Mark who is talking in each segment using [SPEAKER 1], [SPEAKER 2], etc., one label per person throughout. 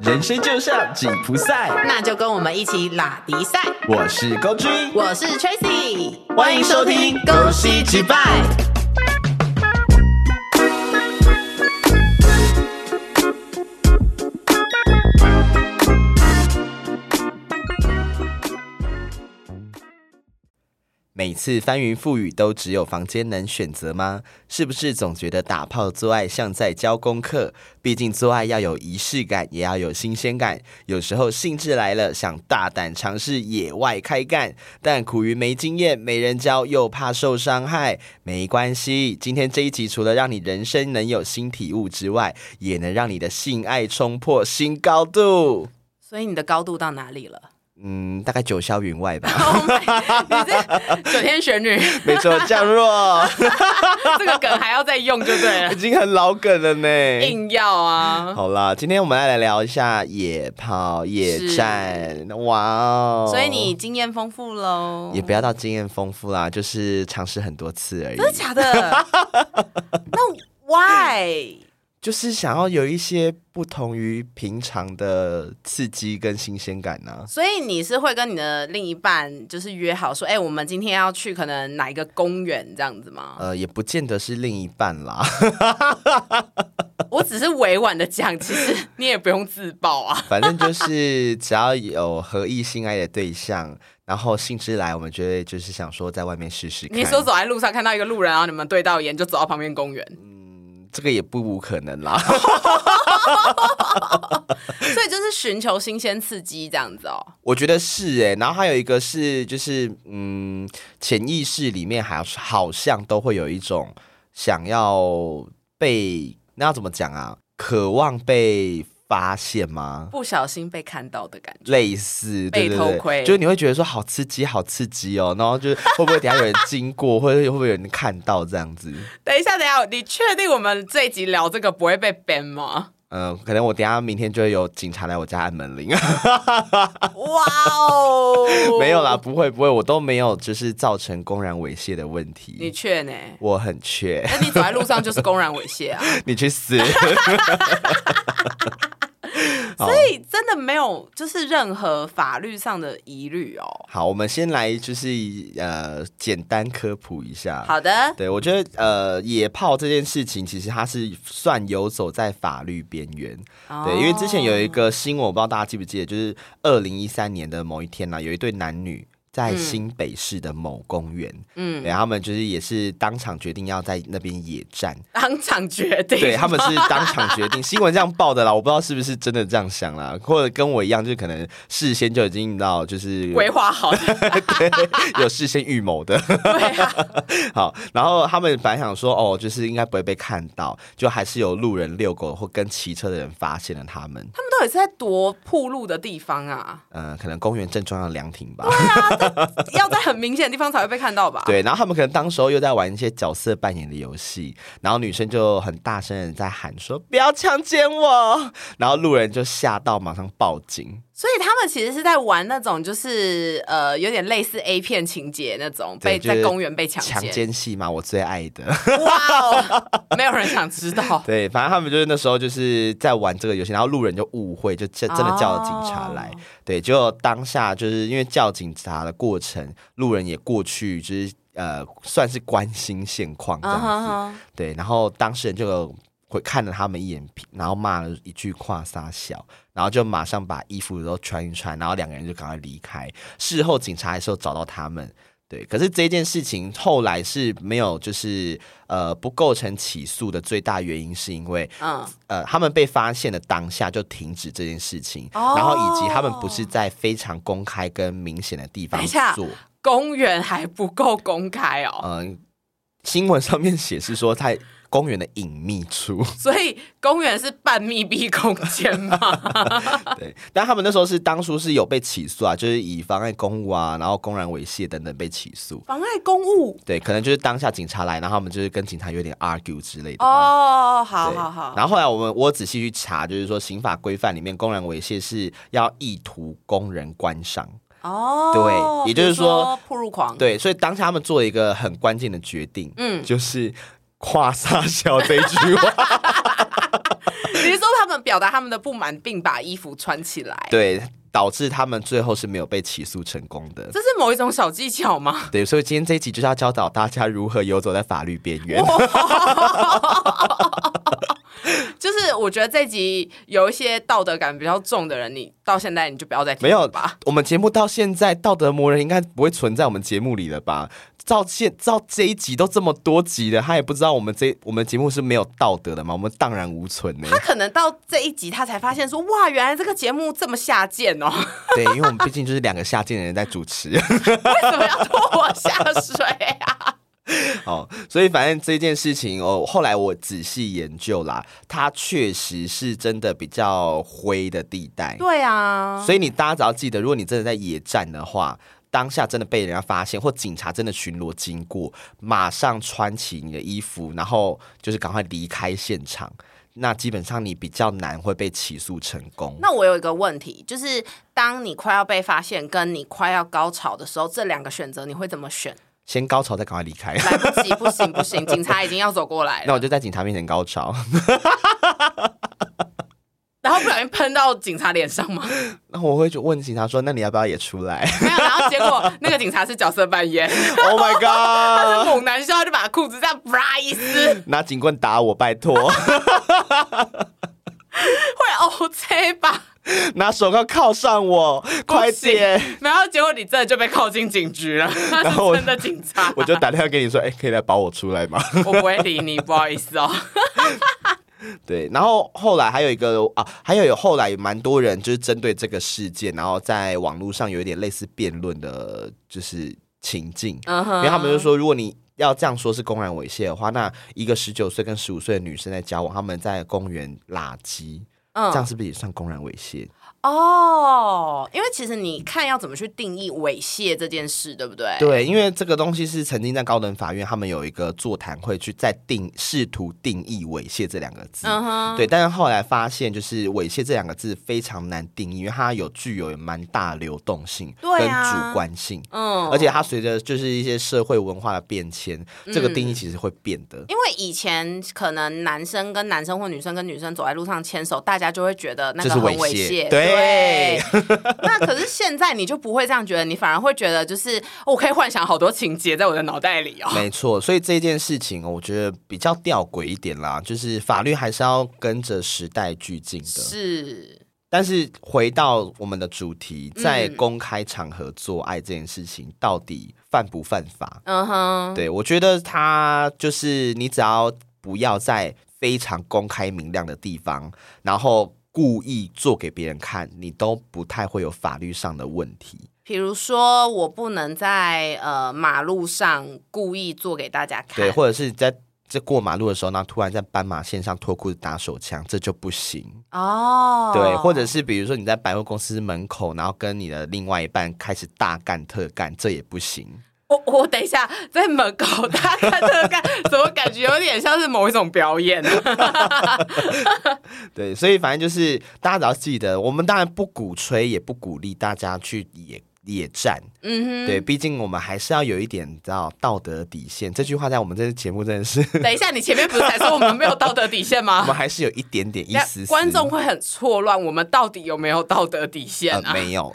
[SPEAKER 1] 人生就像紧箍赛。
[SPEAKER 2] 那就跟我们一起拉迪赛。
[SPEAKER 1] 我是高君，
[SPEAKER 2] 我是 Tracy，
[SPEAKER 1] 欢迎收听《
[SPEAKER 2] 恭
[SPEAKER 1] 恭
[SPEAKER 2] 喜
[SPEAKER 1] 喜击
[SPEAKER 2] 击
[SPEAKER 1] 败
[SPEAKER 2] 败》。》。
[SPEAKER 1] 每次翻云覆雨都只有房间能选择吗？是不是总觉得打炮做爱像在教功课？毕竟做爱要有仪式感，也要有新鲜感。有时候兴致来了，想大胆尝试野外开干，但苦于没经验、没人教，又怕受伤害。没关系，今天这一集除了让你人生能有新体悟之外，也能让你的性爱冲破新高度。
[SPEAKER 2] 所以你的高度到哪里 了？
[SPEAKER 1] 嗯，大概九霄云外吧。
[SPEAKER 2] 哦你这九天玄女
[SPEAKER 1] 没错，降落
[SPEAKER 2] 这个梗还要再用就对了
[SPEAKER 1] 已，经很老梗了 呢。
[SPEAKER 2] 硬要啊。
[SPEAKER 1] 好啦，今天我们要来聊一下野炮、野战，哇哦！
[SPEAKER 2] 所以你经验丰富喽，
[SPEAKER 1] 也不要到经验丰富啦，就是尝试很多次而已，
[SPEAKER 2] 真的假 的？那 why？
[SPEAKER 1] 就是想要有一些不同于平常的刺激跟新鲜感啊呢、
[SPEAKER 2] 所以你是会跟你的另一半就是约好说，哎、我们今天要去可能哪一个公园这样子吗？
[SPEAKER 1] 呃，也不见得是另一半啦，
[SPEAKER 2] 我只是委婉的讲，其实你也不用自爆啊。
[SPEAKER 1] 反正就是只要有合意性爱的对象，然后兴致来，我们就会就是想说在外面试试看。
[SPEAKER 2] 你说走在路上看到一个路人，然后你们对到眼，就走到旁边公园，
[SPEAKER 1] 这个也不无可能啦。
[SPEAKER 2] 所以就是寻求新鲜刺激这样子哦。
[SPEAKER 1] 我觉得是哎、然后还有一个是，就是嗯，潜意识里面还好像都会有一种想要被那要怎么讲啊？渴望被发现吗？
[SPEAKER 2] 不小心被看到的感觉，
[SPEAKER 1] 类似对
[SPEAKER 2] 被
[SPEAKER 1] 对对
[SPEAKER 2] 偷窥
[SPEAKER 1] 就是你会觉得说好刺激，好刺激哦，然后就是 会不会等一下有人经过，或者会不会有人看到这样子？
[SPEAKER 2] 等一下，等一下，你确定我们这一集聊这个不会被 ban 吗？
[SPEAKER 1] 嗯、可能我等一下明天就会有警察来我家按门 铃。，
[SPEAKER 2] 哇哦
[SPEAKER 1] 没有啦，，不会不会，我都没有就是造成公然猥亵的问
[SPEAKER 2] 你
[SPEAKER 1] 题，
[SPEAKER 2] 确呢？
[SPEAKER 1] 我很缺。
[SPEAKER 2] 那你走在路上就是公然猥亵 啊，
[SPEAKER 1] 你去死！好
[SPEAKER 2] 所以真的没有就是任何法律上的疑虑哦。
[SPEAKER 1] 好，我们先来就是呃，简单科普一下。
[SPEAKER 2] 好的，
[SPEAKER 1] 对，我觉得呃，野炮这件事情其实它是算游走在法律边缘。
[SPEAKER 2] 哦
[SPEAKER 1] 对，因为之前有一个新闻，我不知道大家记不记得，就是二零一三年的某一天呢、有一对男女。在新北市的某公园，嗯，对，他们就是也是当场决定要在那边野战，
[SPEAKER 2] 当场决定，
[SPEAKER 1] 对他们是当场决定，新闻这样报的啦，我不知道是不是真的这样想啦，或者跟我一样，就是可能事先就已经你知道，就是
[SPEAKER 2] 规划好的，
[SPEAKER 1] 对 有事先预谋的。
[SPEAKER 2] 对啊，
[SPEAKER 1] 好，然后他们本来想说，哦，就是应该不会被看到，就还是有路人遛狗或跟骑车的人发现了他们。
[SPEAKER 2] 他们到底是在多铺路的地方啊？
[SPEAKER 1] 呃，可能公园正中央的凉亭吧。
[SPEAKER 2] 要在很明显的地方才会被看到吧？，
[SPEAKER 1] 对，然后他们可能当时候又在玩一些角色扮演的游戏，然后女生就很大声的在喊说：“不要强奸我！”然后路人就吓到，马上报警。
[SPEAKER 2] 所以他们其实是在玩那种，就是呃，有点类似 A 片情节那种，
[SPEAKER 1] 对
[SPEAKER 2] 被
[SPEAKER 1] 就是
[SPEAKER 2] 在公园被强
[SPEAKER 1] 强
[SPEAKER 2] 奸。
[SPEAKER 1] 奸戏嘛，我最爱的。
[SPEAKER 2] 哇哦，没有人想知道。
[SPEAKER 1] 对，反正他们就是那时候就是在玩这个游戏，然后路人就误会，就真真的叫了警察来。
[SPEAKER 2] 哦
[SPEAKER 1] 对，结果当下就是因为叫警察的过程，路人也过去，就是呃，算是关心现况这样子。
[SPEAKER 2] 啊
[SPEAKER 1] 对，然后当事人就有回看了他们一眼，然后骂了一句“跨撒小”，然后就马上把衣服都穿一穿，然后两个人就赶快离开。事后警察还是有找到他们。对，可是这件事情后来是没有，就是呃不构成起诉的最大原因，是因为
[SPEAKER 2] 嗯，
[SPEAKER 1] 呃他们被发现的当下就停止这件事情，
[SPEAKER 2] 哦
[SPEAKER 1] 然后以及他们不是在非常公开跟明显的地方
[SPEAKER 2] 等一下
[SPEAKER 1] 做，
[SPEAKER 2] 公园还不够公开哦，
[SPEAKER 1] 嗯、新闻上面写是说在公园的隐秘处，
[SPEAKER 2] 所以公园是半密闭空间 嘛？
[SPEAKER 1] 对，但他们那时候是当初是有被起诉啊，就是以妨碍公务啊，然后公然猥亵等等被起诉。
[SPEAKER 2] 妨碍公务
[SPEAKER 1] 对，可能就是当下警察来，然后他们就是跟警察有点 argue 之类的吧。
[SPEAKER 2] 哦，好
[SPEAKER 1] 对
[SPEAKER 2] 好好，
[SPEAKER 1] 然后后来我们我仔细去查，就是说刑法规范里面公然猥亵是要意图供人观赏。
[SPEAKER 2] 哦，
[SPEAKER 1] 对也就是
[SPEAKER 2] 比如
[SPEAKER 1] 说
[SPEAKER 2] 说铺路狂，
[SPEAKER 1] 对，所以当下他们做了一个很关键的决定，
[SPEAKER 2] 嗯
[SPEAKER 1] 就是跨撒小这一句话。
[SPEAKER 2] 你是说他们表达他们的不满，并把衣服穿起来？
[SPEAKER 1] 对，导致他们最后是没有被起诉成功的。
[SPEAKER 2] 这是某一种小技巧吗？
[SPEAKER 1] 对，所以今天这一集就是要教导大家如何游走在法律边缘。
[SPEAKER 2] 就是我觉得这集有一些道德感比较重的人，你到现在你就不要再听
[SPEAKER 1] 没有
[SPEAKER 2] 吧。
[SPEAKER 1] 我们节目到现在，道德魔人应该不会存在我们节目里了吧？照现照这一集都这么多集了，他也不知道我们这我们节目是没有道德的嘛？我们荡然无存呢、
[SPEAKER 2] 他可能到这一集，他才发现说，哇，原来这个节目这么下贱哦！
[SPEAKER 1] 对，因为我们毕竟就是两个下贱的人在主持
[SPEAKER 2] 为什么要拖我下水啊？
[SPEAKER 1] 哦，所以反正这件事情哦，后来我仔细研究啦，它确实是真的比较灰的地带。
[SPEAKER 2] 对啊，
[SPEAKER 1] 所以你大家只要记得，如果你真的在野战的
[SPEAKER 2] 哦
[SPEAKER 1] 话，当下真的被人家发现，或警察真的巡逻经过，马上穿起你的衣服，然后就是赶快离开现场。那基本上你比较难会被起诉成功。
[SPEAKER 2] 那我有一个问题，就是当你快要被发现，跟你快要高潮的时候，这两个选择你会怎么选？
[SPEAKER 1] 先高潮再赶快离开。
[SPEAKER 2] 来不及，不行不行，警察已经要走过来
[SPEAKER 1] 那
[SPEAKER 2] 了，
[SPEAKER 1] 我就在警察面前高潮，
[SPEAKER 2] 然后不小心喷到警察脸上吗？
[SPEAKER 1] 那我会就问警察说：“那你要不要也出来
[SPEAKER 2] 没有，然后结果那个警察是角色扮演，
[SPEAKER 1] ？”Oh my
[SPEAKER 2] 他
[SPEAKER 1] god！
[SPEAKER 2] 是猛男校，他就把裤子这样啪一撕，
[SPEAKER 1] 拿警棍打我，拜托！
[SPEAKER 2] 会哦 OK 吧？
[SPEAKER 1] 拿手铐铐上我，快点！
[SPEAKER 2] 然后结果你真的就被铐进警局了， 他
[SPEAKER 1] 后 我
[SPEAKER 2] 是真的警察，
[SPEAKER 1] 我就打电话给你说：“哎、可以来保我出来吗？”
[SPEAKER 2] 我不会理你，不好意思哦。
[SPEAKER 1] 对，然后后来还有一个啊，还有有后来有蛮多人就是针对这个事件，然后在网络上有一点类似辩论的，就是情境，
[SPEAKER 2] 嗯哼
[SPEAKER 1] 因为他们就说，如果你要这样说是公然猥亵的话，那一个十九岁跟十五岁的女生在交往，他们在公园拉鸡，这样
[SPEAKER 2] 嗯
[SPEAKER 1] 是不是也算公然猥亵？
[SPEAKER 2] 哦，因为其实你看要怎么去定义猥亵这件事，对不对？
[SPEAKER 1] 对，因为这个东西是曾经在高等法院，他们有一个座谈会去在定试图定义猥亵这两个字。
[SPEAKER 2] 嗯哼，
[SPEAKER 1] 对，但是后来发现，就是猥亵这两个字非常难定义，因为它有具有蛮大流动性跟
[SPEAKER 2] 对啊
[SPEAKER 1] 主观性，
[SPEAKER 2] 嗯，
[SPEAKER 1] 而且它随着就是一些社会文化的变迁，这个定义其实会变的。
[SPEAKER 2] 因为以前可能男生跟男生或女生跟女生走在路上牵手，大家就会觉得那个很
[SPEAKER 1] 这是猥
[SPEAKER 2] 猥
[SPEAKER 1] 亵
[SPEAKER 2] 亵。
[SPEAKER 1] 对，
[SPEAKER 2] 那可是现在你就不会这样觉得，你反而会觉得就是、哦我可以幻想好多情节在我的脑袋里哦。
[SPEAKER 1] 没错，所以这件事情哦我觉得比较吊诡一点啦，就是法律还是要跟着时代俱进的。
[SPEAKER 2] 是，
[SPEAKER 1] 但是回到我们的主题，在
[SPEAKER 2] 嗯
[SPEAKER 1] 公开场合做爱这件事情，到底犯不犯法？
[SPEAKER 2] 嗯哼，
[SPEAKER 1] 对，我觉得他就是你只要不要在非常公开明亮的地方，然后故意做给别人看，你都不太会有法律上的问题。
[SPEAKER 2] 比如说我不能在呃马路上故意做给大家看，
[SPEAKER 1] 对，或者是在这过马路的时候，然后突然在斑马线上脱裤子打手枪，这就不行。
[SPEAKER 2] 哦，
[SPEAKER 1] 对，或者是比如说你在百货公司门口，然后跟你的另外一半开始大干特干，这也不行。
[SPEAKER 2] 我我等一下在门口大看特看，怎么感觉有点像是某一种表演呢？
[SPEAKER 1] 对，所以反正就是大家只要记得，我们当然不鼓吹，也不鼓励大家去野野战。
[SPEAKER 2] 嗯哼。
[SPEAKER 1] 对，毕竟我们还是要有一点你知道道德底线。这句话在我们这个节目真的是，
[SPEAKER 2] 等一下，你前面不是才说我们没有道德底线
[SPEAKER 1] 我们
[SPEAKER 2] 吗？
[SPEAKER 1] 还是有一点点一
[SPEAKER 2] 啊那
[SPEAKER 1] 丝丝
[SPEAKER 2] 观众会很错乱，我们到底有没有道德底线
[SPEAKER 1] 呃
[SPEAKER 2] 啊、
[SPEAKER 1] 没 有，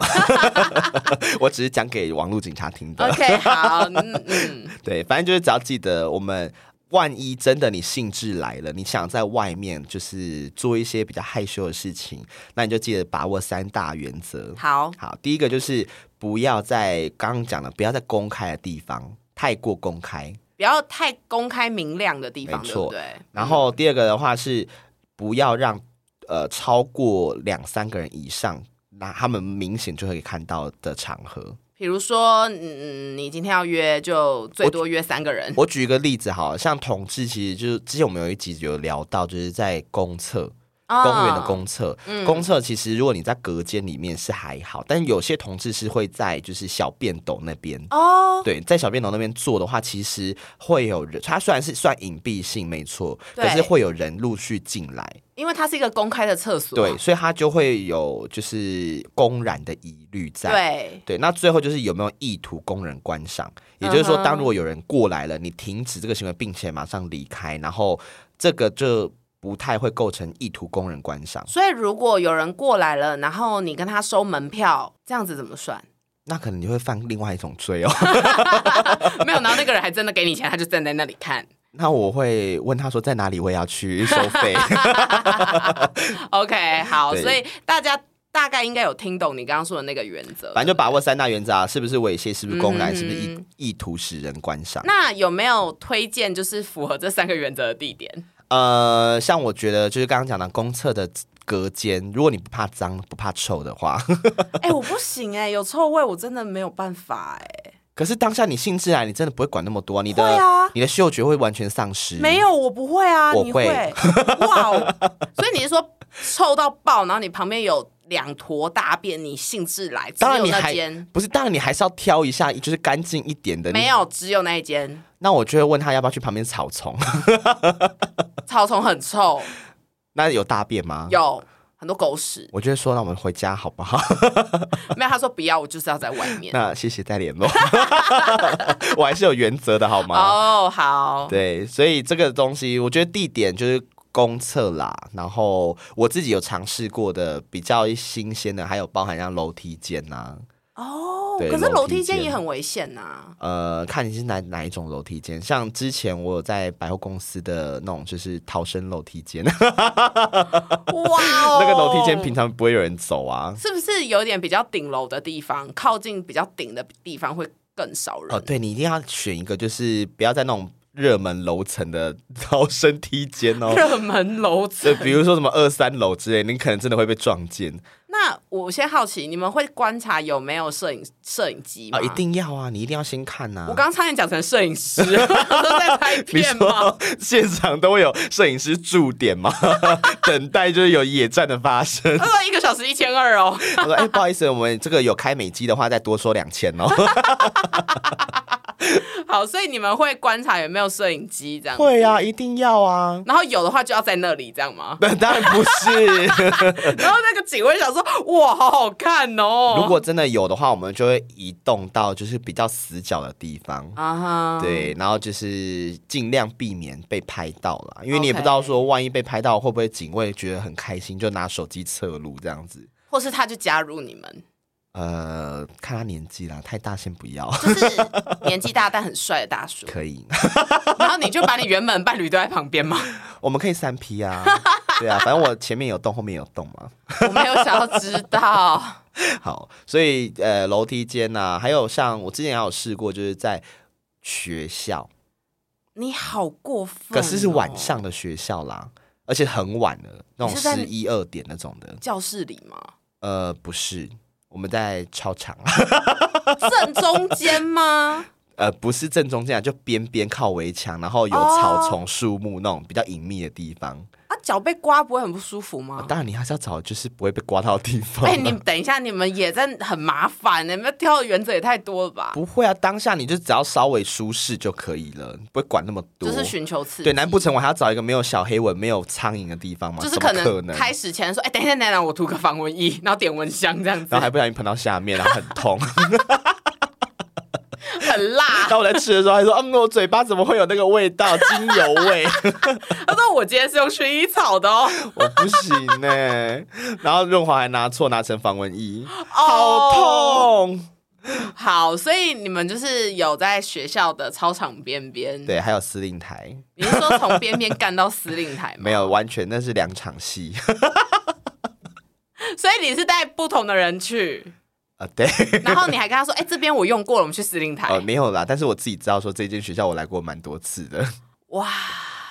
[SPEAKER 1] 我只是讲给网络警察听的。
[SPEAKER 2] o k 好，嗯嗯，
[SPEAKER 1] 对，反正就是只要记得我们。万一真的你兴致来了，你想在外面就是做一些比较害羞的事情，那你就记得把握三大原则。
[SPEAKER 2] 好，
[SPEAKER 1] 好，第一个就是不要在刚刚讲的，不要在公开的地方太过公开，
[SPEAKER 2] 不要太公开明亮的地方，
[SPEAKER 1] 没
[SPEAKER 2] 对
[SPEAKER 1] 错
[SPEAKER 2] 不对？
[SPEAKER 1] 然后第二个的话是不要让呃超过两三个人以上，那他们明显就可以看到的场合。
[SPEAKER 2] 比如说，嗯，你今天要约，就最多约三个人，
[SPEAKER 1] 我举一个例子好了，像同志，其实就是之前我们有一集有聊到，就是在公厕、
[SPEAKER 2] 啊
[SPEAKER 1] 公园的公厕、公厕其实如果你在隔间里面是还好，但有些同志是会在就是小便斗那边。
[SPEAKER 2] 哦，
[SPEAKER 1] 对，在小便斗那边做的话，其实会有人，它虽然是算隐蔽性没错，可是
[SPEAKER 2] 对
[SPEAKER 1] 会有人陆续进来。
[SPEAKER 2] 因为它是一个公开的厕所，啊
[SPEAKER 1] 对，所以他就会有就是公然的疑虑在。
[SPEAKER 2] 对，
[SPEAKER 1] 对，那最后就是有没有意图供人观赏，也就是说，
[SPEAKER 2] 嗯哼
[SPEAKER 1] 当如果有人过来了，你停止这个行为，并且马上离开，然后这个就不太会构成意图供人观赏，
[SPEAKER 2] 所以如果有人过来了，然后你跟他收门票，这样子怎么算？
[SPEAKER 1] 那可能你会犯另外一种罪哦。
[SPEAKER 2] 没有，然后那个人还真的给你钱，他就站在那里看。
[SPEAKER 1] 那我会问他说在哪里，我也要去收 费。
[SPEAKER 2] OK，好，
[SPEAKER 1] 对
[SPEAKER 2] 所以大家大概应该有听懂你刚刚说的那个原则。
[SPEAKER 1] 反正就把握三大原则啊，是不是猥亵，是不是公然，
[SPEAKER 2] 嗯
[SPEAKER 1] 是不是意意图使人观赏。
[SPEAKER 2] 那有没有推荐就是符合这三个原则的 地点？
[SPEAKER 1] 呃，像我觉得就是刚刚讲的公厕的隔间，如果你不怕脏、不怕臭的话，
[SPEAKER 2] 哎、我不行哎、有臭味我真的没有办法哎、
[SPEAKER 1] 可是当下你兴致来，啊你真的不会管那么多，你的、
[SPEAKER 2] 会啊
[SPEAKER 1] 你的嗅觉会完全丧失。
[SPEAKER 2] 没有，嗯我不会啊，
[SPEAKER 1] 我
[SPEAKER 2] 你
[SPEAKER 1] 会
[SPEAKER 2] 哇哦！所以你是说臭到爆，然后你旁边有两坨大便，你兴致来，只
[SPEAKER 1] 当然
[SPEAKER 2] 有
[SPEAKER 1] 你
[SPEAKER 2] 那
[SPEAKER 1] 还
[SPEAKER 2] 间
[SPEAKER 1] 不是，当然你还是要挑一下，就是干净一点的。
[SPEAKER 2] 没有，只有那一间
[SPEAKER 1] 那我就会问他要不要去旁边草丛，
[SPEAKER 2] 草丛很臭，
[SPEAKER 1] 那有大便吗？。
[SPEAKER 2] 有很多狗屎。
[SPEAKER 1] 我就会说，那我们回家好不好？
[SPEAKER 2] 没有，他说不要，我就是要在外面。
[SPEAKER 1] 那谢谢再联络， 我还是有原则的好吗？
[SPEAKER 2] 哦，好，
[SPEAKER 1] 对，所以这个东西，我觉得地点就是公厕啦。然后我自己有尝试过的比较新鲜的，还有包含像楼梯间呐、
[SPEAKER 2] 哦，
[SPEAKER 1] 对
[SPEAKER 2] 可是楼
[SPEAKER 1] 楼梯
[SPEAKER 2] 梯间
[SPEAKER 1] 间
[SPEAKER 2] 也很危险啊呐、
[SPEAKER 1] 呃，看你是哪哪一种楼梯间。像之前我有在百货公司的那种就是逃生楼梯间，
[SPEAKER 2] 哇、哦，
[SPEAKER 1] 那个楼梯间平常不会有人走啊。
[SPEAKER 2] 是不是有点比较顶楼的地方，靠近比较顶的地方会更少人？
[SPEAKER 1] 哦，对你一定要选一个，就是不要在那种热门楼层的 逃生梯间 哦。
[SPEAKER 2] 热门楼
[SPEAKER 1] 就
[SPEAKER 2] 层。
[SPEAKER 1] 比如说什么二三楼之类，你可能真的会被撞见
[SPEAKER 2] 那我先好奇，你们会观察有没有摄影摄影机吗？
[SPEAKER 1] 啊！一。定要啊，你一定要先看呐、
[SPEAKER 2] 我刚刚差点讲成摄 影师，都在拍
[SPEAKER 1] 你
[SPEAKER 2] 片吗
[SPEAKER 1] 说？现场都会有摄影师驻点吗？ 等待就是有野战的发 生。
[SPEAKER 2] 他说一个小时一千二哦，
[SPEAKER 1] 他说：“哎、不好意思，我们这个有开美机的话，再多收两千 哦。
[SPEAKER 2] 好，所以你们会观察有没有摄影机这”样，
[SPEAKER 1] 会呀、啊，一定要啊。
[SPEAKER 2] 然后有的话就要在那里这样吗？
[SPEAKER 1] 那当然不是。
[SPEAKER 2] 然后那个警卫想说，哇，好好看 哦。
[SPEAKER 1] 如果真的有的话，我们就会移动到就是比较死角的地方，
[SPEAKER 2] 啊哈，，
[SPEAKER 1] 对，然后就是尽量避免被拍到啦，因为
[SPEAKER 2] OK
[SPEAKER 1] 你也不知道说，万一被拍到，会不会警卫觉得很开心，就拿手机侧录这样子。
[SPEAKER 2] 或是他就加入你们，
[SPEAKER 1] 呃，看他年纪啦，太大先不 要，
[SPEAKER 2] 就是年纪大但很帅的 大叔，
[SPEAKER 1] 可以。
[SPEAKER 2] 然后你就把你原本伴侣都在旁边吗？
[SPEAKER 1] 我们可以三 P 啊，对啊，反正我前面有洞，后面有洞嘛。
[SPEAKER 2] 我没有想要知道，
[SPEAKER 1] 好，所以呃，楼梯间呐、还有像我之前也有试过，就是在学校，
[SPEAKER 2] 你好过分、哦
[SPEAKER 1] 可是是晚。上的学校啦，而且很晚了，那种
[SPEAKER 2] 你是在
[SPEAKER 1] 十一二点那种的。
[SPEAKER 2] 教室里吗？
[SPEAKER 1] 呃，不是，我们在操场，啊
[SPEAKER 2] 正中间吗？
[SPEAKER 1] 呃，不是正中间啊，就边边靠围墙，然后有
[SPEAKER 2] 哦
[SPEAKER 1] 草丛、树木那种比较隐秘的地方。
[SPEAKER 2] 啊，脚被刮不会很不舒服吗？
[SPEAKER 1] 啊当然，你还是要找就是不会被刮到的地方啊。
[SPEAKER 2] 哎、你等一下，你们也在很麻烦呢、你们挑的原则也太多了吧？
[SPEAKER 1] 不会啊，当下你就只要稍微舒适就可以了，不会管那么多。
[SPEAKER 2] 就是寻求刺激，
[SPEAKER 1] 对，难不成我还要找一个没有小黑蚊、没有苍蝇的地方吗？
[SPEAKER 2] 就是
[SPEAKER 1] 怎么可
[SPEAKER 2] 能开始前说，哎、等一下，等一下，我涂个防蚊液， 然后点蚊香这样子
[SPEAKER 1] 然后，还不小心喷到下面，然后很痛。
[SPEAKER 2] 很辣。
[SPEAKER 1] 当我在吃的时候，还说：“嗯，我嘴巴怎么会有那个味道，精油 味？
[SPEAKER 2] 他说我今天是用薰衣草的哦，
[SPEAKER 1] 我不行呢、然后润滑还拿错，拿成防蚊液， 好
[SPEAKER 2] 哦。
[SPEAKER 1] 痛。
[SPEAKER 2] 好，所以你们就是有在学校的操场边边，，
[SPEAKER 1] 对，还有司令台，
[SPEAKER 2] 你是说从边边干到司令台 吗？
[SPEAKER 1] 没有，完全那是两场戏。
[SPEAKER 2] 所以你是带不同的人去，
[SPEAKER 1] 啊，对，
[SPEAKER 2] 然后你还跟他说，哎、这边我用过了，我们去司令台。
[SPEAKER 1] 呃，没有啦。但是我自己知道说，这间学校我来过蛮多次的。
[SPEAKER 2] 哇，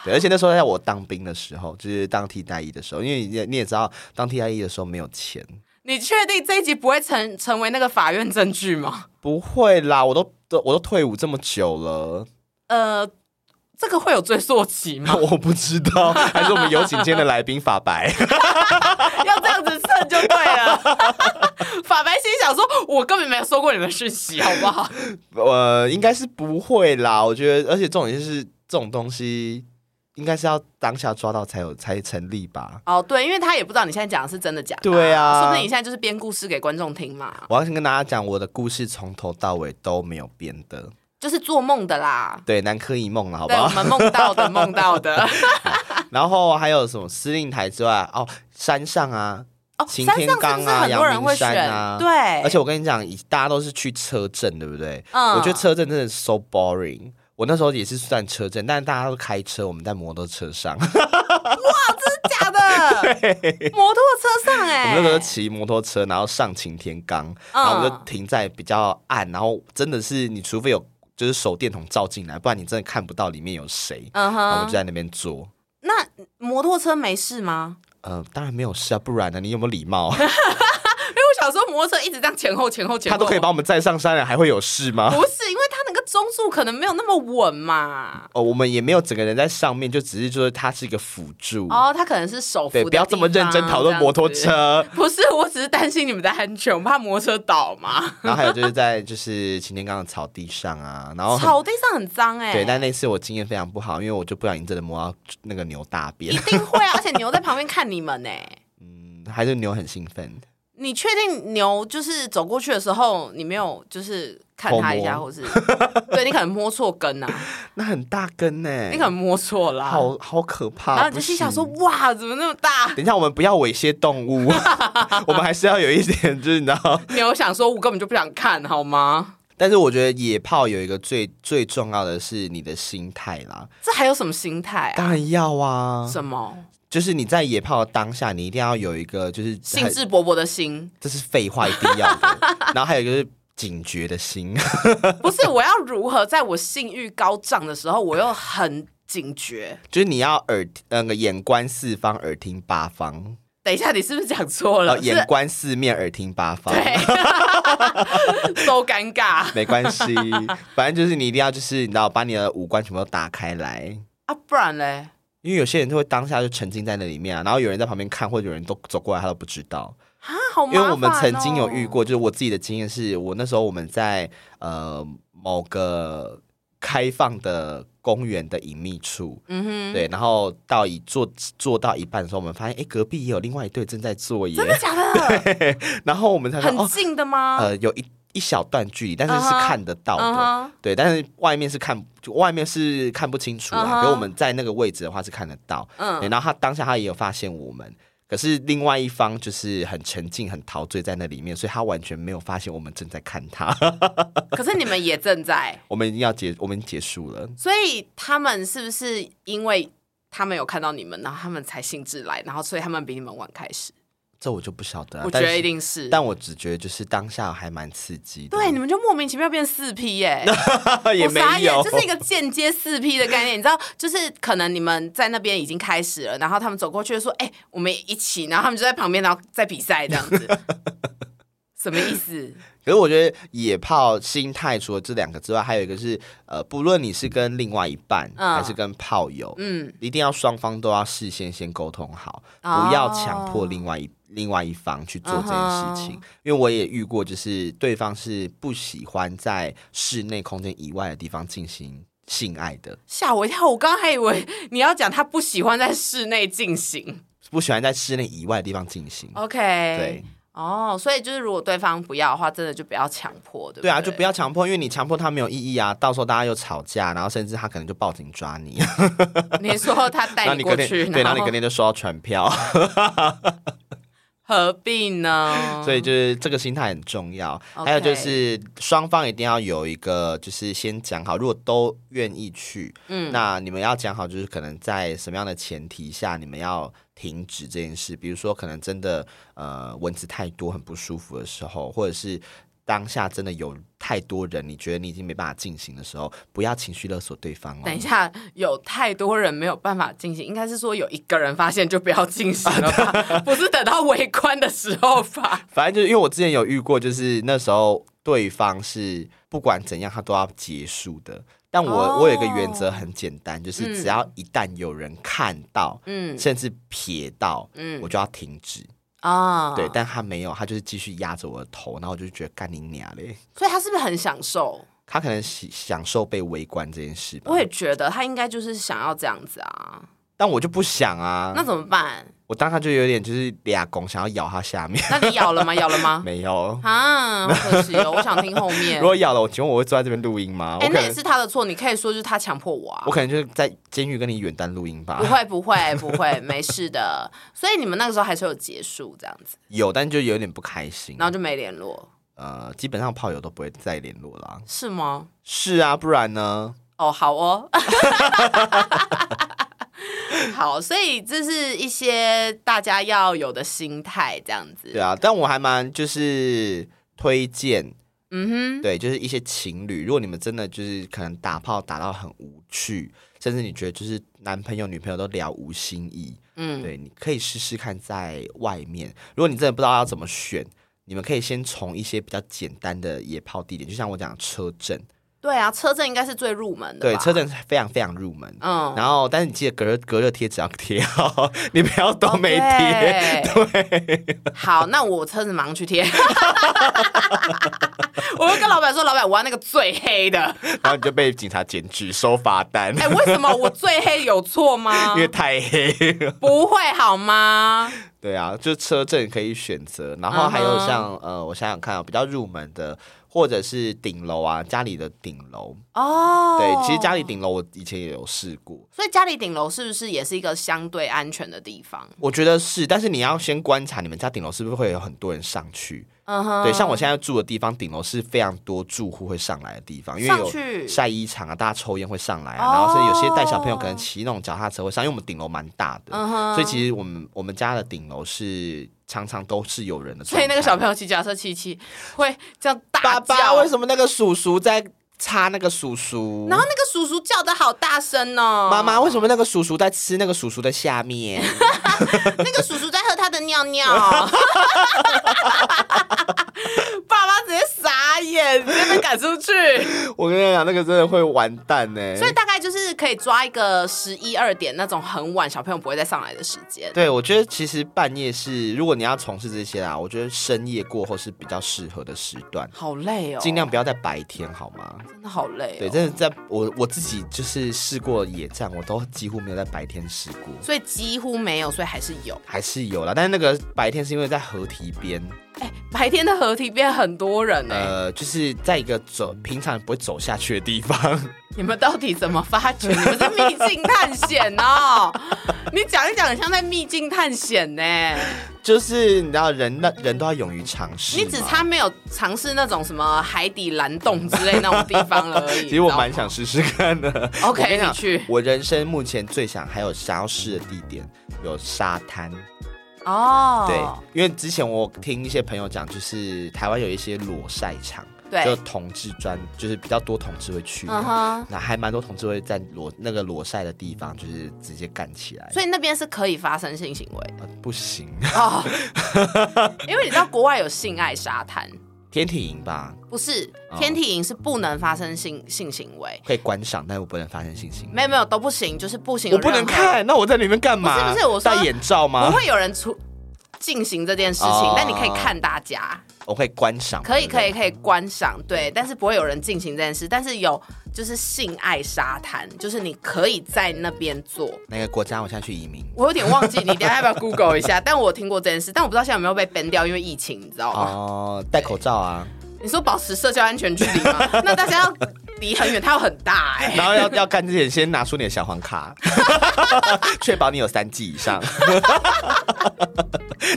[SPEAKER 1] 对，而且那时候在我当兵的时候，就是当替代役的时候，因为你也你也知道，当替代役的时候没有钱，
[SPEAKER 2] 你确定这一集不会成成为那个法院证据吗？
[SPEAKER 1] 不会啦，我都都我都退伍这么久了，
[SPEAKER 2] 呃，这个会有追溯期吗？
[SPEAKER 1] 我不知道，还是我们有请今天的来宾法白，
[SPEAKER 2] 要这样子蹭就对了。 法白心想说，我根本没有收过你们讯息，好不好？
[SPEAKER 1] 呃，应该是不会啦，我觉得，而且重点就是这种东西。应该是要当下抓到才有才成立吧。
[SPEAKER 2] 哦，对，因为他也不知道你现在讲的是真的假的、
[SPEAKER 1] 对啊
[SPEAKER 2] 说不定你现在就是编故事给观众听嘛。
[SPEAKER 1] 我要先跟大家讲，我的故事从头到尾都没有变的，
[SPEAKER 2] 就是做梦的啦。
[SPEAKER 1] 对，南柯一梦了，好不
[SPEAKER 2] 对，我
[SPEAKER 1] 好？
[SPEAKER 2] 们梦到的，梦 到的。
[SPEAKER 1] 然后还有什么司令台之外，哦，山上啊，
[SPEAKER 2] 哦，
[SPEAKER 1] 擎
[SPEAKER 2] 山
[SPEAKER 1] 天
[SPEAKER 2] 上是
[SPEAKER 1] 岗
[SPEAKER 2] 不是
[SPEAKER 1] 啊
[SPEAKER 2] 很多
[SPEAKER 1] 阳
[SPEAKER 2] 人
[SPEAKER 1] 明
[SPEAKER 2] 会
[SPEAKER 1] 山
[SPEAKER 2] 选？
[SPEAKER 1] 啊
[SPEAKER 2] 对，
[SPEAKER 1] 而且我跟你讲，以大家都是去车震，对不对？
[SPEAKER 2] 嗯
[SPEAKER 1] 我觉得车震真的 so boring。我那时候也是算车震，但大家都开车，我们在摩托车上，
[SPEAKER 2] 假的， 摩托车上
[SPEAKER 1] 我
[SPEAKER 2] 哎、
[SPEAKER 1] 们那时候骑摩托车，然后上擎天岗，然
[SPEAKER 2] 嗯
[SPEAKER 1] 后我们就停在比较暗，然后真的是你除非有就是手电筒照进来，不然你真的看不到里面有谁。
[SPEAKER 2] 嗯
[SPEAKER 1] 然后我们
[SPEAKER 2] 哼
[SPEAKER 1] 就，在那边坐，
[SPEAKER 2] 那摩托车没事吗？
[SPEAKER 1] 呃，当然没有事啊，不然呢？你有没有礼 貌？
[SPEAKER 2] 因为我小时候摩托车一直这样前后前后前
[SPEAKER 1] 他
[SPEAKER 2] 后，
[SPEAKER 1] 都可以把我们载上山了，还会有事吗？
[SPEAKER 2] 不是因为它那个中速可能没有那么稳嘛。
[SPEAKER 1] 哦，我们也没有整个人在上面，就只是说它是一个辅助。
[SPEAKER 2] 哦，它可能是手扶
[SPEAKER 1] 对，
[SPEAKER 2] 的
[SPEAKER 1] 不要
[SPEAKER 2] 地
[SPEAKER 1] 这么认真
[SPEAKER 2] 方
[SPEAKER 1] 讨论摩托。
[SPEAKER 2] 这样
[SPEAKER 1] 车。
[SPEAKER 2] 子不是，我只是担心你们的安全，我怕摩托车倒嘛。
[SPEAKER 1] 然后还有就是在就是擎天岗的草地上啊， 然后很
[SPEAKER 2] 草地上很脏哎、
[SPEAKER 1] 对，但那次我经验非常不好，因为我就不小心真的摸到那个牛大
[SPEAKER 2] 一
[SPEAKER 1] 便，
[SPEAKER 2] 定会啊，而且牛在旁边看你们呢、欸
[SPEAKER 1] 嗯还是牛很兴奋。
[SPEAKER 2] 你确定牛就是走过去的时候，你没有就是看它一下，
[SPEAKER 1] 偷
[SPEAKER 2] 或是对你可能摸错 根啊，
[SPEAKER 1] 那很大根呢、
[SPEAKER 2] 你可能摸错啦、
[SPEAKER 1] 哎好好可怕。
[SPEAKER 2] 然后你
[SPEAKER 1] 不
[SPEAKER 2] 就心想
[SPEAKER 1] 行
[SPEAKER 2] 说，哇，怎么那么大？
[SPEAKER 1] 等一下我们不要猥亵动 物，我们还是要有一点就是你知道。
[SPEAKER 2] 牛想说，我根本就不想看，好吗？
[SPEAKER 1] 但是我觉得野炮有一个最最重要的是你的心态啦，
[SPEAKER 2] 这还有什么心态啊？
[SPEAKER 1] 当然要啊，
[SPEAKER 2] 什么
[SPEAKER 1] 就是你在野炮的当下，你一定要有一个就是很
[SPEAKER 2] 兴致勃勃的 心？
[SPEAKER 1] 这是废话，一定要的。 然后还有一个就是警觉的心，
[SPEAKER 2] 不是，我要如何在我性欲高涨的时候，我又很警觉？
[SPEAKER 1] 就是你要耳那个、眼观四方，耳听八方，
[SPEAKER 2] 等一下，你是不是讲错
[SPEAKER 1] 然
[SPEAKER 2] 了？
[SPEAKER 1] 后
[SPEAKER 2] 呃是
[SPEAKER 1] 眼观四面，耳听八方。
[SPEAKER 2] 对， 都尴尬
[SPEAKER 1] 没关系，反正就是你一定要就是你知道把你的五官全部都打开来，
[SPEAKER 2] 啊，不然嘞，
[SPEAKER 1] 因为有些人就会当下就沉浸在那里面啊，然后有人在旁边看，或者有人都走过来他都不知道。
[SPEAKER 2] 啊，好麻
[SPEAKER 1] 因
[SPEAKER 2] 烦、哦。哦
[SPEAKER 1] 为我们曾经有遇过，就是我自己的经验是，我那时候我们在呃某个开放的公园的隐秘处，
[SPEAKER 2] 嗯哼，
[SPEAKER 1] 对，然后到一做做到一半的时候，我们发现哎隔壁也有另外一队正在做耶
[SPEAKER 2] 真，的 假的？
[SPEAKER 1] 然后我们才说
[SPEAKER 2] 很
[SPEAKER 1] 哦
[SPEAKER 2] 近的吗？
[SPEAKER 1] 呃有一一小段距离，但是是
[SPEAKER 2] 啊嗯哼
[SPEAKER 1] 看得到
[SPEAKER 2] 嗯
[SPEAKER 1] 的。
[SPEAKER 2] 哼，
[SPEAKER 1] 对，但是外面是看，就外面是看不清楚
[SPEAKER 2] 嗯
[SPEAKER 1] 啊。
[SPEAKER 2] 哼
[SPEAKER 1] 可、我们在那个位置的话是看得到，对
[SPEAKER 2] 嗯，
[SPEAKER 1] 然后他当下他也有发现我们，可是另外一方就是很沉浸、很陶醉在那里面，所以他完全没有发现我们正在看他。
[SPEAKER 2] 可是你们也正在，
[SPEAKER 1] 我们已经要结，我们已经结束了。
[SPEAKER 2] 所以他们是不是因为他们有看到你们，然后他们才兴致来，然后所以他们比你们晚开始？
[SPEAKER 1] 这我就不晓得、啊，
[SPEAKER 2] 我觉
[SPEAKER 1] 但
[SPEAKER 2] 得
[SPEAKER 1] 是
[SPEAKER 2] 一定是。
[SPEAKER 1] 但我只觉得就是当下还蛮刺激的，
[SPEAKER 2] 对，你们就莫名其妙变四 P 耶、
[SPEAKER 1] 也
[SPEAKER 2] 我傻
[SPEAKER 1] 没
[SPEAKER 2] 眼
[SPEAKER 1] 有，
[SPEAKER 2] 这是一个间接四 P 的概念，你知道，就是可能你们在那边已经开始了，然后他们走过去说：“哎、我们一起。”然后他们就在旁边，然后在比赛这样子， 什么意思？
[SPEAKER 1] 可是我觉得野炮心态除了这两个之外，还有一个是呃，不论你是跟另外一半、
[SPEAKER 2] 嗯
[SPEAKER 1] 还是跟炮友，
[SPEAKER 2] 嗯，
[SPEAKER 1] 一定要双方都要事先先沟通好，
[SPEAKER 2] 哦
[SPEAKER 1] 不要强迫另外一、另外一方去做这件事情。
[SPEAKER 2] 嗯
[SPEAKER 1] 因为我也遇过，就是对方是不喜欢在室内空间以外的地方进行性爱的，
[SPEAKER 2] 吓我一跳！我刚刚还以为你要讲他不喜欢在室内进行。
[SPEAKER 1] 不喜欢在室内以外的地方进行。
[SPEAKER 2] OK，
[SPEAKER 1] 对，
[SPEAKER 2] 哦，所以就是如果对方不要的话，真的就不要强迫，对不对？
[SPEAKER 1] 对啊，就不
[SPEAKER 2] 要。
[SPEAKER 1] 要强迫，因为你强迫他没有意义啊。到时候大家又吵架，然后甚至他可能就报警抓你，
[SPEAKER 2] 你说他
[SPEAKER 1] 然
[SPEAKER 2] 带
[SPEAKER 1] 后
[SPEAKER 2] 你过
[SPEAKER 1] 隔
[SPEAKER 2] 去，
[SPEAKER 1] 天对，然后
[SPEAKER 2] 然
[SPEAKER 1] 你
[SPEAKER 2] 后哦
[SPEAKER 1] 隔天就收到传票。
[SPEAKER 2] 何必呢？
[SPEAKER 1] 所以就是这个心态很重要。
[SPEAKER 2] OK
[SPEAKER 1] 还有就是双方一定要有一个，就是先讲好，如果都愿意去，嗯，那你们要讲好，就是可能在什么样的前提下，你们要停止这件事。比如说，可能真的呃蚊子太多很不舒服的时候，或者是。当下真的有太多人，你觉得你已经没办法进行的时候，不要情绪勒索对方哦。
[SPEAKER 2] 等一下，有太多人没有办法进行，应该是说有一个人发现就不要进行了
[SPEAKER 1] 啊
[SPEAKER 2] 吧，不是等到围观的时候 吧？
[SPEAKER 1] 反正就是因为我之前有遇过，就是那时候对方是不管怎样他都要结束的。但我、
[SPEAKER 2] 哦
[SPEAKER 1] 我有一个原则很简单，就是只要一旦有人看到，
[SPEAKER 2] 嗯
[SPEAKER 1] 甚至瞥到，
[SPEAKER 2] 嗯
[SPEAKER 1] 我就要停止。
[SPEAKER 2] 啊，
[SPEAKER 1] 对，，但他没有，他就是继续压着我的头，然后我就觉得干你娘嘞！
[SPEAKER 2] 所以他是不是很享受？
[SPEAKER 1] 他可能喜享受被围观这件事吧
[SPEAKER 2] 我，也觉得他应该就是想要这样子啊，
[SPEAKER 1] 但我就不想啊
[SPEAKER 2] 那。怎么办？
[SPEAKER 1] 我当下就有点就是俩拱想要咬它下面，
[SPEAKER 2] 那你咬了吗？咬了吗？
[SPEAKER 1] 没有。
[SPEAKER 2] 啊，好可惜哦，我想听后面
[SPEAKER 1] 如。果咬了，我请问我会坐在这边录音吗？
[SPEAKER 2] 哎、
[SPEAKER 1] 我
[SPEAKER 2] 那
[SPEAKER 1] 可
[SPEAKER 2] 也
[SPEAKER 1] 能
[SPEAKER 2] 是他的错，你可以说就是他强迫我啊
[SPEAKER 1] 我。可能就是在监狱跟你远端录音吧
[SPEAKER 2] 不。会，不会，不会，没事的。所以你们那个时候还是有结束这样子，
[SPEAKER 1] 有，但就有点不开心
[SPEAKER 2] 然。后就没联络，
[SPEAKER 1] 呃，基本上炮友都不会再联络啦。
[SPEAKER 2] 是吗？
[SPEAKER 1] 是啊，不然呢？
[SPEAKER 2] 哦，好哦。好，所以这是一些大家要有的心态，这样子。
[SPEAKER 1] 对啊，但我还蛮就是推荐，
[SPEAKER 2] 嗯哼，
[SPEAKER 1] 对，就是一些情侣，如果你们真的就是可能打炮打到很无趣，甚至你觉得就是男朋友女朋友都聊无新意，
[SPEAKER 2] 嗯，
[SPEAKER 1] 对，你可以试试看在外面。如果你真的不知道要怎么选，你们可以先从一些比较简单的野炮地点，就像我讲的车震，
[SPEAKER 2] 对啊，车震应该是最入门的。
[SPEAKER 1] 对，车，震是非常非常入门。
[SPEAKER 2] 嗯，
[SPEAKER 1] 然后，但是你记得隔热隔热贴纸要贴好， 你不要都
[SPEAKER 2] 哦
[SPEAKER 1] 没贴。
[SPEAKER 2] 对， 好，那我车子马上去贴。 我会跟老板说，老板，我要那个最黑的。
[SPEAKER 1] 然后你就被警察检举收罚单，
[SPEAKER 2] 哎、为什么我最黑有错
[SPEAKER 1] 因？
[SPEAKER 2] 吗
[SPEAKER 1] 为太黑
[SPEAKER 2] 哦
[SPEAKER 1] 了。
[SPEAKER 2] 不会好吗？
[SPEAKER 1] 对啊，就车震可以选择，然后还有像、
[SPEAKER 2] 嗯
[SPEAKER 1] 呃，我想想看、啊，比较入门的，或者是顶楼啊，家里的顶楼。
[SPEAKER 2] 哦，
[SPEAKER 1] 对，其实家里，顶楼我以前也有试过，
[SPEAKER 2] 所以家里顶楼是不是也是一个相对安全的地方？
[SPEAKER 1] 我觉得是，但是你要先观察你们家顶楼是不是会有很多人上去。
[SPEAKER 2] 嗯哼，
[SPEAKER 1] 对，像我现在住的地方，顶楼是非常多住户会上来的地方，因为
[SPEAKER 2] 上
[SPEAKER 1] 有
[SPEAKER 2] 去
[SPEAKER 1] 晒衣场啊，大家抽烟会上来啊，
[SPEAKER 2] 哦
[SPEAKER 1] 然后是有些带小朋友可能骑那种脚踏车会上，因为我们顶楼蛮大的，
[SPEAKER 2] 嗯哼
[SPEAKER 1] 所以其实我们我们家的顶楼是常常都是有人的状
[SPEAKER 2] 所
[SPEAKER 1] 态。
[SPEAKER 2] 以那个小朋友骑脚踏车骑一骑会这样大
[SPEAKER 1] 爸
[SPEAKER 2] 叫，
[SPEAKER 1] 爸为什么那个叔叔在擦那个叔叔？
[SPEAKER 2] 然后那个叔叔叫的好大声哦，
[SPEAKER 1] 妈妈为什么那个叔叔在吃那个叔叔的下面？
[SPEAKER 2] 那个叔叔在喝他的尿尿，爸妈直接傻眼，直接被赶出 去。
[SPEAKER 1] 我跟你讲，那个真的会完蛋欸呢、
[SPEAKER 2] 所以大概就是可以抓一个十一二点那种很晚小朋友不会再上来的时间。
[SPEAKER 1] 对，我觉得其实半夜是，如果你要从事这些啦，啊我觉得深夜过后是比较适合的时段，
[SPEAKER 2] 好累哦，
[SPEAKER 1] 尽量不要在白天好吗？
[SPEAKER 2] 真的好累、哦。
[SPEAKER 1] 对，真的在我我自己就是试过野战，我都几乎没有在白天试过，
[SPEAKER 2] 所以几乎没有，所以还是有。
[SPEAKER 1] 还是有啦，但是那个白天是因为在河堤边，
[SPEAKER 2] 哎、白天的合体变很多人哎、
[SPEAKER 1] 呃，就是在一个走平常不会走下去的地方。
[SPEAKER 2] 你们到底怎么发觉？你们是秘境探 险哦！你讲一讲，很像在秘境探险呢、
[SPEAKER 1] 就是你知道人，那人都要勇于尝试嘛。
[SPEAKER 2] 你只差没有尝试那种什么海底蓝洞之类那种地方了而已。
[SPEAKER 1] 其实我蛮想试试看的。
[SPEAKER 2] 你知道吗
[SPEAKER 1] 我跟
[SPEAKER 2] ，OK，
[SPEAKER 1] 讲
[SPEAKER 2] 你去
[SPEAKER 1] 我人生目前最想还有想要试的地点有沙滩，
[SPEAKER 2] 哦，
[SPEAKER 1] 对，因为之前我听一些朋友讲，就是台湾有一些裸晒场，
[SPEAKER 2] 对
[SPEAKER 1] 就同志专，就是比较多同志会去的，
[SPEAKER 2] 嗯哼，
[SPEAKER 1] 那还蛮多同志会在裸那个裸晒的地方，就是直接干起来，
[SPEAKER 2] 所以那边是可以发生性行 为
[SPEAKER 1] 呃不行，
[SPEAKER 2] 的哦，因为你知道国外有性爱沙滩，
[SPEAKER 1] 天体营吧
[SPEAKER 2] 不是
[SPEAKER 1] 哦
[SPEAKER 2] 天体营是不能发生性性行为，
[SPEAKER 1] 可以观赏，但我不能发生性行为，
[SPEAKER 2] 没有没有都不行，就是不行，
[SPEAKER 1] 我不能。看，那我在里面干嘛？
[SPEAKER 2] 不是不是我说
[SPEAKER 1] 戴眼罩
[SPEAKER 2] 不
[SPEAKER 1] 吗？
[SPEAKER 2] 会有人出进行这件事
[SPEAKER 1] 哦
[SPEAKER 2] 情，但你可以看大家，
[SPEAKER 1] 我可以观赏，
[SPEAKER 2] 可
[SPEAKER 1] 对
[SPEAKER 2] 以
[SPEAKER 1] 不
[SPEAKER 2] 可
[SPEAKER 1] 对
[SPEAKER 2] 以可以观赏，对，但是不会有人进行这件事，但是有就是性爱沙滩，就是你可以在那边做。
[SPEAKER 1] 哪个国家我现在去移民？
[SPEAKER 2] 我有点忘记，你等一下要不要 Google 一 下？但我有听过这件事，但我不知道现在有没有被 ban 掉，因为疫情，你知道吗？
[SPEAKER 1] 哦，戴口罩啊，
[SPEAKER 2] 你说保持社交安全距离 吗？那大家要离很远，它有很大哎、
[SPEAKER 1] 然后要要干之前先拿出你的小黄卡， 确保你有三 G 以上，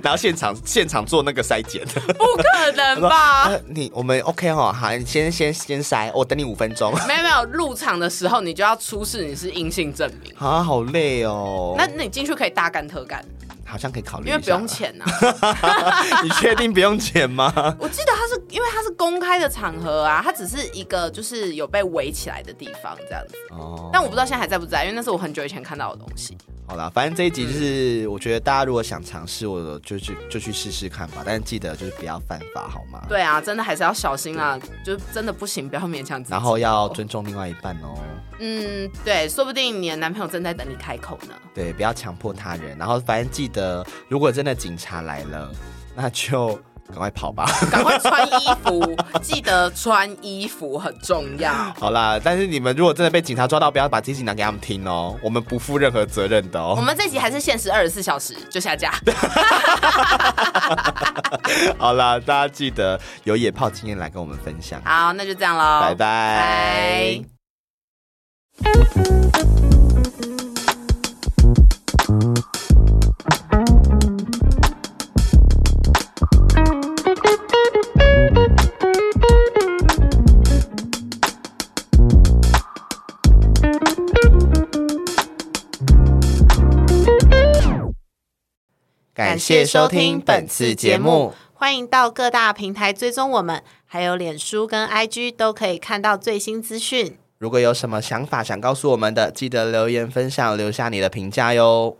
[SPEAKER 1] 然后现场现场做那个筛检。
[SPEAKER 2] 不可能吧？
[SPEAKER 1] 呃你我们 OK 哦，好，你先先先筛，我等你五分钟。
[SPEAKER 2] 没有没有，入场的时候你就要出示你是阴性证明。
[SPEAKER 1] 啊，好累哦。
[SPEAKER 2] 那那你进去可以大干特干，
[SPEAKER 1] 好像可以考虑，
[SPEAKER 2] 因为不用。钱啊呐、
[SPEAKER 1] 你确定不用钱 吗？
[SPEAKER 2] 我记得它是因为它是公开的场合啊，它只是一个就是有被围起来的地方这样子。
[SPEAKER 1] 哦，
[SPEAKER 2] 但我不知道现在还在不在，因为那是我很久以前看到的东西。
[SPEAKER 1] 好啦，反正这一集就是，我觉得大家如果想尝试，我就去就去试试看吧。但是记得就是不要犯法，好吗？
[SPEAKER 2] 对啊，真的还是要小心啊，就真的不行，不要勉强自己。
[SPEAKER 1] 然后要尊重另外一半哦。
[SPEAKER 2] 嗯，对，说不定你的男朋友正在等你开口呢。
[SPEAKER 1] 对，不要强迫他人。然后反正记得，如果真的警察来了，那就赶快跑吧。
[SPEAKER 2] 赶快穿衣服，记得穿衣服很重要。
[SPEAKER 1] 好啦，但是你们如果真的被警察抓到，不要把这集拿给他们听哦，我们不负任何责任的
[SPEAKER 2] 我
[SPEAKER 1] 哦。
[SPEAKER 2] 们这集还是限时二十四小时就 下架，
[SPEAKER 1] 好啦，大家记得有野炮经验来跟我们分享，
[SPEAKER 2] 好，那就这样喽，
[SPEAKER 1] 拜拜。
[SPEAKER 2] 拜
[SPEAKER 1] 感谢收听本次节目，，
[SPEAKER 2] 欢迎到各大平台追踪我们，还有脸书跟 IG 都可以看到最新资讯。
[SPEAKER 1] 如果有什么想法想告诉我们的，记得留言分享，留下你的评价哟。